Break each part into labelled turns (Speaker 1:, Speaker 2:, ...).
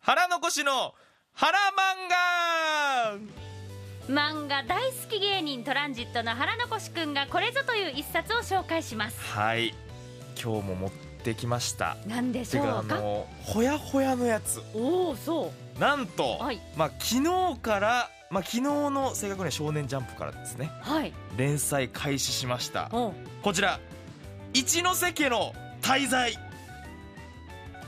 Speaker 1: 腹残しの腹漫画
Speaker 2: 漫画大好き芸人トランジットの原残くんがこれぞという一冊を紹介します
Speaker 1: はい今日も持ってきました
Speaker 2: なんでしてょ
Speaker 1: かあ
Speaker 2: うか
Speaker 1: のほやほやのやつ
Speaker 2: おおそ
Speaker 1: なんと、
Speaker 2: はい
Speaker 1: まあ昨日からまあ昨日の正確には少年ジャンプからですね
Speaker 2: うはい
Speaker 1: 連載開始しました
Speaker 2: お
Speaker 1: こちら一ノ瀬家の滞在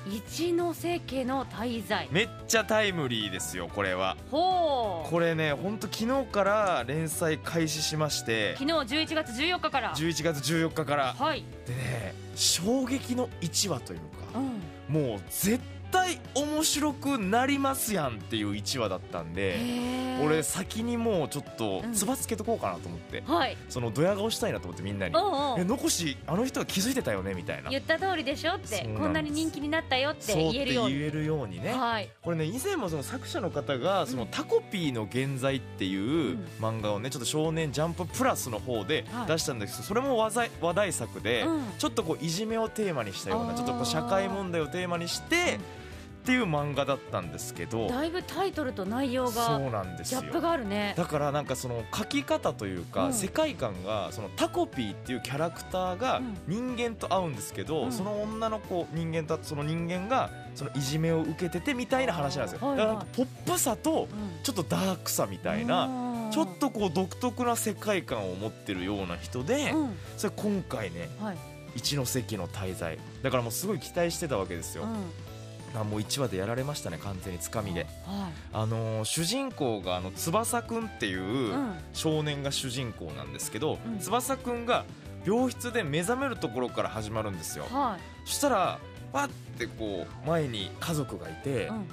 Speaker 2: 一ノ瀬家の滞在
Speaker 1: めっちゃタイムリーですよこれは
Speaker 2: ほう
Speaker 1: これねほんと昨日から連載開始しまして
Speaker 2: 昨日11月14日から
Speaker 1: 11月14日から
Speaker 2: はい、
Speaker 1: でね衝撃の1話という
Speaker 2: う
Speaker 1: か
Speaker 2: ん、
Speaker 1: もう絶対面白くなりますやんっていう1話だったんで
Speaker 2: へー
Speaker 1: 俺先にもうちょっと
Speaker 2: うん
Speaker 1: つばつけとこうかなと思って
Speaker 2: はい
Speaker 1: そのドヤ顔したいなと思ってみんなに
Speaker 2: おうお
Speaker 1: え
Speaker 2: う
Speaker 1: 残しあの人が気づいてたよねみたいな
Speaker 2: 言った通りでしょって
Speaker 1: そうなんです
Speaker 2: こんなに人気になったよって
Speaker 1: そうっ
Speaker 2: 言
Speaker 1: て
Speaker 2: える
Speaker 1: 言
Speaker 2: ように
Speaker 1: えるようにね
Speaker 2: はい
Speaker 1: これね以前もその作者の方がそのタコピーの現在っていう
Speaker 2: うん
Speaker 1: 漫画をねちょっと少年ジャンププラスの方で
Speaker 2: はい
Speaker 1: 出したんですけどそれも話題話題作で
Speaker 2: うん
Speaker 1: ちょっとこういじめをテーマにしたよう
Speaker 2: あ
Speaker 1: な
Speaker 2: ー
Speaker 1: ちょっとこう社会問題をテーマにしてっていう漫画だったんですけど
Speaker 2: だいぶタイトルと内容
Speaker 1: そ
Speaker 2: が
Speaker 1: うなんです
Speaker 2: ギャ
Speaker 1: よ
Speaker 2: ップがあるね
Speaker 1: だからなんかその書き方という
Speaker 2: う
Speaker 1: か
Speaker 2: ん
Speaker 1: 世界観がそのタコピーっていうキャラクターが
Speaker 2: うん
Speaker 1: 人間と会うんですけ
Speaker 2: う
Speaker 1: ど
Speaker 2: ん
Speaker 1: その女の子人間とその人間がそのいじめを受けててみたいな話なんです
Speaker 2: あー
Speaker 1: よ
Speaker 2: はい
Speaker 1: だ
Speaker 2: はい
Speaker 1: からなんかポップさとちょっとダークさみたいなちょっとこう独特な世界観を持ってるような人で
Speaker 2: うんうん
Speaker 1: それ今回ね
Speaker 2: はい
Speaker 1: 一ノ瀬家の滞在だからもうすごい期待してたわけですよ
Speaker 2: う
Speaker 1: だから
Speaker 2: ん
Speaker 1: もう1話でやられましたね完全につかみで
Speaker 2: は
Speaker 1: あのー主人公があの翼くんってい
Speaker 2: いううん
Speaker 1: 少年が主人公なんですけど、
Speaker 2: うん
Speaker 1: 翼くんが病室で目覚めるところから始まるんですよ
Speaker 2: は
Speaker 1: そしたらパッてこう前に家族がいて、
Speaker 2: いうん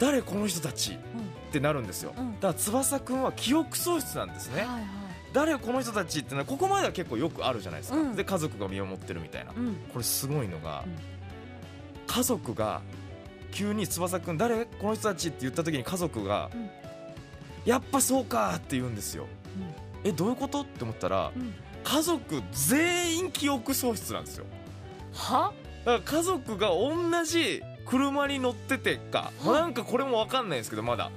Speaker 1: 誰この人たちってなるんですよ、
Speaker 2: うん
Speaker 1: だから翼くんは記憶喪失なんです
Speaker 2: うんはい
Speaker 1: ね
Speaker 2: はい
Speaker 1: 誰この人たちってのはここまでは結構よくあるじゃないですか、
Speaker 2: うん
Speaker 1: で家族が身をもってるみたいな、
Speaker 2: うん
Speaker 1: これすごいのが、
Speaker 2: うん
Speaker 1: 家族が急に翼くん誰この人たちって言った時に家族が、
Speaker 2: うん
Speaker 1: やっぱそうかって言うんですよえどういうことって思ったら
Speaker 2: うんうん
Speaker 1: 家族全員記憶喪失なんですよ
Speaker 2: は
Speaker 1: だから家族が同じ車に乗っててか、まあなんかこれも分かんないんですけどまだ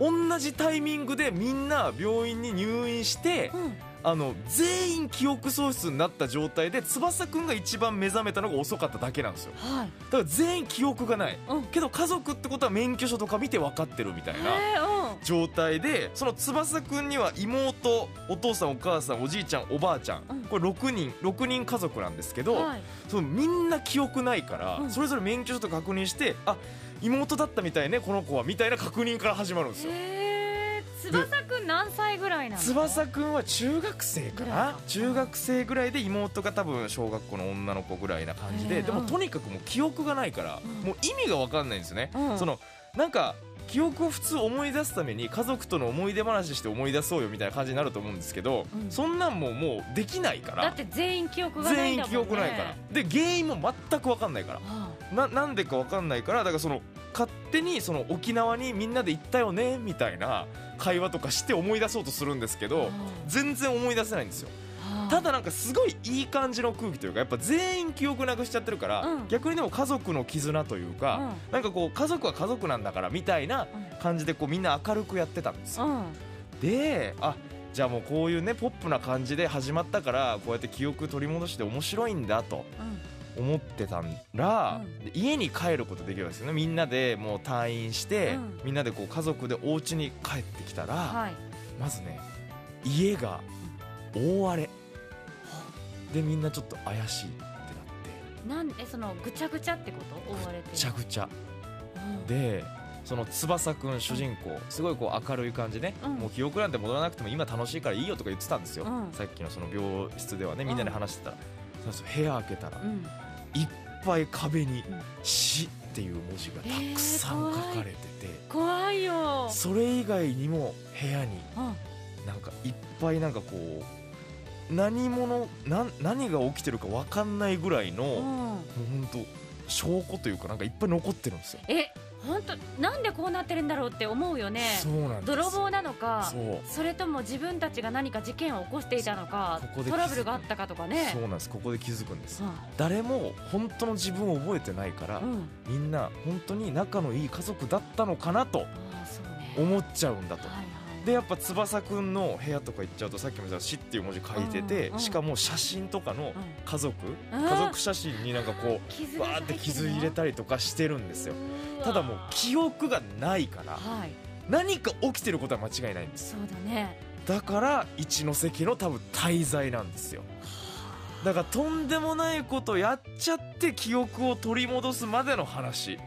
Speaker 2: うん
Speaker 1: 同じタイミングでみんな病院に入院して
Speaker 2: うん
Speaker 1: あの全員記憶喪失になった状態で翼くんが一番目覚めたのが遅かっただけなんですよ
Speaker 2: はい
Speaker 1: だから全員記憶がない
Speaker 2: うん
Speaker 1: けど家族ってことは免許証とか見て分かってるみたいな
Speaker 2: えー
Speaker 1: 状態でその翼くんには妹お父さんお母さんおじいちゃんおばあちゃん、
Speaker 2: うん
Speaker 1: これ6人6人家族なんですけ
Speaker 2: う
Speaker 1: ど、
Speaker 2: んはい
Speaker 1: そのみんな記憶ないから、
Speaker 2: うん
Speaker 1: それぞれ免許証と確認してあ妹だったみたいねこの子はみたいな確認から始まるんですよ。
Speaker 2: えー翼くん何歳ぐらいなの
Speaker 1: 翼くんは中学生か
Speaker 2: ぐらい
Speaker 1: な
Speaker 2: か
Speaker 1: 中学生ぐらいで妹が多分小学校の女の子ぐらいな感じ
Speaker 2: へ
Speaker 1: で
Speaker 2: え
Speaker 1: でもとにかくもう記憶がないから
Speaker 2: うん
Speaker 1: もう意味が分かんないんですよね
Speaker 2: うん
Speaker 1: そのなんか記憶を普通思い出すために家族との思い出話して思い出そうよみたいな感じになると思うんですけど
Speaker 2: うん
Speaker 1: そんなんももうできないか
Speaker 2: だ
Speaker 1: ら
Speaker 2: って全員記憶がない
Speaker 1: 全
Speaker 2: ん
Speaker 1: 員
Speaker 2: だもん
Speaker 1: 記
Speaker 2: ね
Speaker 1: 憶ないからで原因も全く分かんないから
Speaker 2: は
Speaker 1: ななんでか分かんないからだからその勝手にその沖縄にみんなで行ったよねみたいな会話とかして思い出そうとするんですけ
Speaker 2: あ
Speaker 1: ど全然思い出せないんですよ
Speaker 2: はあ
Speaker 1: ただなんかすごいいい感じの空気というかやっぱ全員記憶なくしちゃってるから、
Speaker 2: うん
Speaker 1: 逆にでも家族の絆というか、なんかこう家族は家族なんだからみたいな
Speaker 2: うん
Speaker 1: 感じでこうみんな明るくやってたんです
Speaker 2: う
Speaker 1: よ
Speaker 2: んうん
Speaker 1: であじゃあもうこういうねポップな感じで始まったからこうやって記憶取り戻して面白いんだと
Speaker 2: うん
Speaker 1: 思ってたら、
Speaker 2: う
Speaker 1: 家に帰ることできるんですよねみんなでもう退院して、
Speaker 2: うん
Speaker 1: みんなでこう家族でお家に帰ってきたら、
Speaker 2: はい
Speaker 1: まずね家が大荒れでみんなちょっと怪しいってなって
Speaker 2: なんえそのぐちゃぐちゃってこと覆われて
Speaker 1: ぐちゃぐちゃ
Speaker 2: うん
Speaker 1: でその翼くん主人公すごいこう明るい感じね、
Speaker 2: うん
Speaker 1: もう記憶なんて戻らなくても今楽しいからいいよとか言ってたんですよ、
Speaker 2: うん
Speaker 1: さっきのその病室ではねみんなで話してたら、そうそう部屋開けたら
Speaker 2: うん
Speaker 1: いっぱい壁に
Speaker 2: うん
Speaker 1: 「死」っていう文字がたくさん書かれてて、
Speaker 2: 怖いよ
Speaker 1: それ以外にも部屋に
Speaker 2: うん
Speaker 1: なんかいっぱいなんかこう何者なん何が起きてるか分かんないぐらいの、もう
Speaker 2: うん
Speaker 1: ほんと証拠というかなんかいっぱい残ってるんですよ
Speaker 2: え本当なんでこうなってるんだろうって思うよね
Speaker 1: そうなんです
Speaker 2: 泥棒なのか
Speaker 1: そう
Speaker 2: それとも自分たちが何か事件を起こしていたのか
Speaker 1: ここで気づく
Speaker 2: トラブルがあったかとかね
Speaker 1: そうなんですここで気づくんです
Speaker 2: は
Speaker 1: 誰も本当の自分を覚えてないから
Speaker 2: あうん
Speaker 1: みんな本当に仲のいい家族だったのかなと
Speaker 2: ああそうね
Speaker 1: 思っちゃうんだと
Speaker 2: はいはい
Speaker 1: でやっぱ翼くんの部屋とか行っちゃうとさっきも言った「死」っていう文字書いてて、
Speaker 2: うんうん
Speaker 1: しかも写真とかの
Speaker 2: うん
Speaker 1: 家族、
Speaker 2: うん
Speaker 1: 家族写真になんかこう
Speaker 2: 傷が
Speaker 1: わーって傷入れたりとかしてるんですよ
Speaker 2: うわ
Speaker 1: ただもう記憶がないから
Speaker 2: はい
Speaker 1: 何か起きてることは間違いないんです
Speaker 2: そうだね
Speaker 1: だから一ノ関の多分滞在なんですよだからとんでもないことやっちゃって記憶を取り戻すまでの話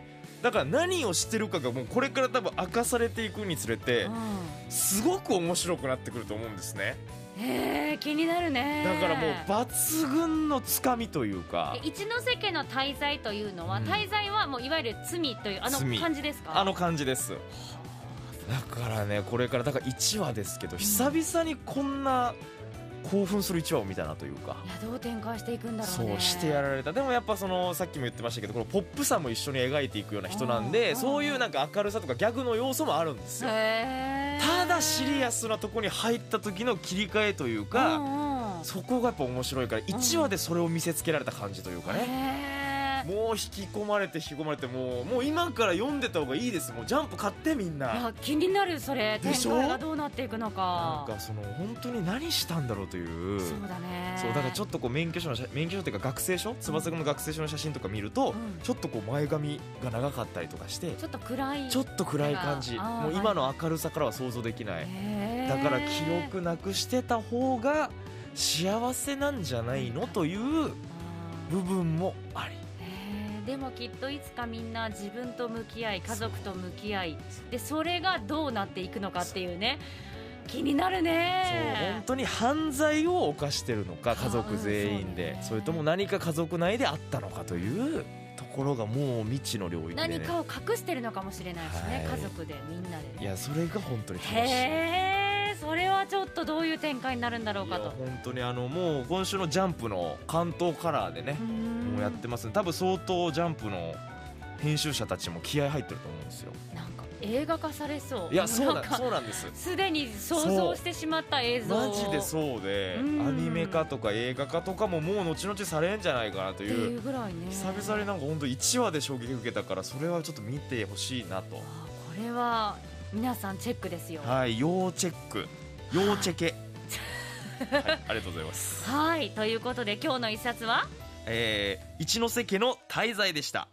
Speaker 1: だから何をしてるかがもうこれから多分明かされていくにつれて
Speaker 2: うん
Speaker 1: すごく面白くなってくると思うんですね
Speaker 2: へえ気になるね
Speaker 1: だからもう抜群のつかみというか
Speaker 2: え一ノ瀬家の滞在というのは、
Speaker 1: うん
Speaker 2: 滞在はもういわゆる罪というあの
Speaker 1: 罪
Speaker 2: 感じですか
Speaker 1: あの感じですだからねこれからだから1話ですけど久々にこんな興奮する1話を見たなというか
Speaker 2: いやどう展開していくんだろうね
Speaker 1: そうしてやられたでもやっぱそのさっきも言ってましたけどこのポップさも一緒に描いていくような人なん
Speaker 2: うんう
Speaker 1: で
Speaker 2: ん
Speaker 1: そういうなんか明るさとかギャグの要素もあるんですよ
Speaker 2: へえ
Speaker 1: ただシリアスなとこに入った時の切り替えというか
Speaker 2: うんうん
Speaker 1: そこがやっぱ面白いから1話でそれを見せつけられた感じというかね
Speaker 2: へえ
Speaker 1: もう引き込まれて引き込まれてもうもう今から読んでた方がいいですもうジャンプ買ってみん
Speaker 2: い
Speaker 1: な
Speaker 2: や気になるそれ展
Speaker 1: でしょ
Speaker 2: 開がどうなっていくの
Speaker 1: な
Speaker 2: か
Speaker 1: んかその本当に何したんだろうという
Speaker 2: そうだね
Speaker 1: そうだからちょ
Speaker 2: っ
Speaker 1: っとこう免許証の写免許証っていうか学生証翼くんの学生証の写真とか見ると、
Speaker 2: うん
Speaker 1: ちょっとこう前髪が長かったりとかして
Speaker 2: とちょっと暗い
Speaker 1: ちょっと暗い感じ
Speaker 2: あー
Speaker 1: もう今の明るさからは想像できない
Speaker 2: へえ
Speaker 1: だから記憶なくしてた方が幸せなんじゃないのという
Speaker 2: あー
Speaker 1: 部分もあり
Speaker 2: へえでもきっといつかみんな自分と向き合い家族と向き合いでそれがどうなっていくのかっていうね気になる
Speaker 1: そう本
Speaker 2: ね
Speaker 1: 当に犯罪を犯してるのか家族全員で
Speaker 2: あー
Speaker 1: そ
Speaker 2: そうね
Speaker 1: れとも何か家族内であったのかというところがもう未知の領域でね
Speaker 2: 何かを隠してるのかもしれないしね、
Speaker 1: はい
Speaker 2: 家族でみんな
Speaker 1: い
Speaker 2: で
Speaker 1: やそれが本当に楽しい。
Speaker 2: へえそれはちょっとどういう展開になるんだろう
Speaker 1: い
Speaker 2: か
Speaker 1: や
Speaker 2: と
Speaker 1: 本当にあのもう今週の「ジャンプ」の関東カラーでね、もうやってますね多分相当「ジャンプ」の編集者たちも気合入ってると思うんですよ
Speaker 2: うーんなんか映画化されそう
Speaker 1: いやそう
Speaker 2: な
Speaker 1: なんん
Speaker 2: か
Speaker 1: そうなんです
Speaker 2: すでに想像してしまった映像
Speaker 1: マジでそうでア
Speaker 2: うん
Speaker 1: ニメ化とか映画化とかももう後々されんじゃないかなと
Speaker 2: って
Speaker 1: い
Speaker 2: いううぐらいね
Speaker 1: 久々になんか本当1話で衝撃受けたからそれはちょっと見てほしいなと
Speaker 2: あーこれは皆さんチェックですよ
Speaker 1: はい要チェック要チェ ケはいありがとうございます
Speaker 2: はいということで今日の一冊は
Speaker 1: えー一ノ瀬家の滞在でした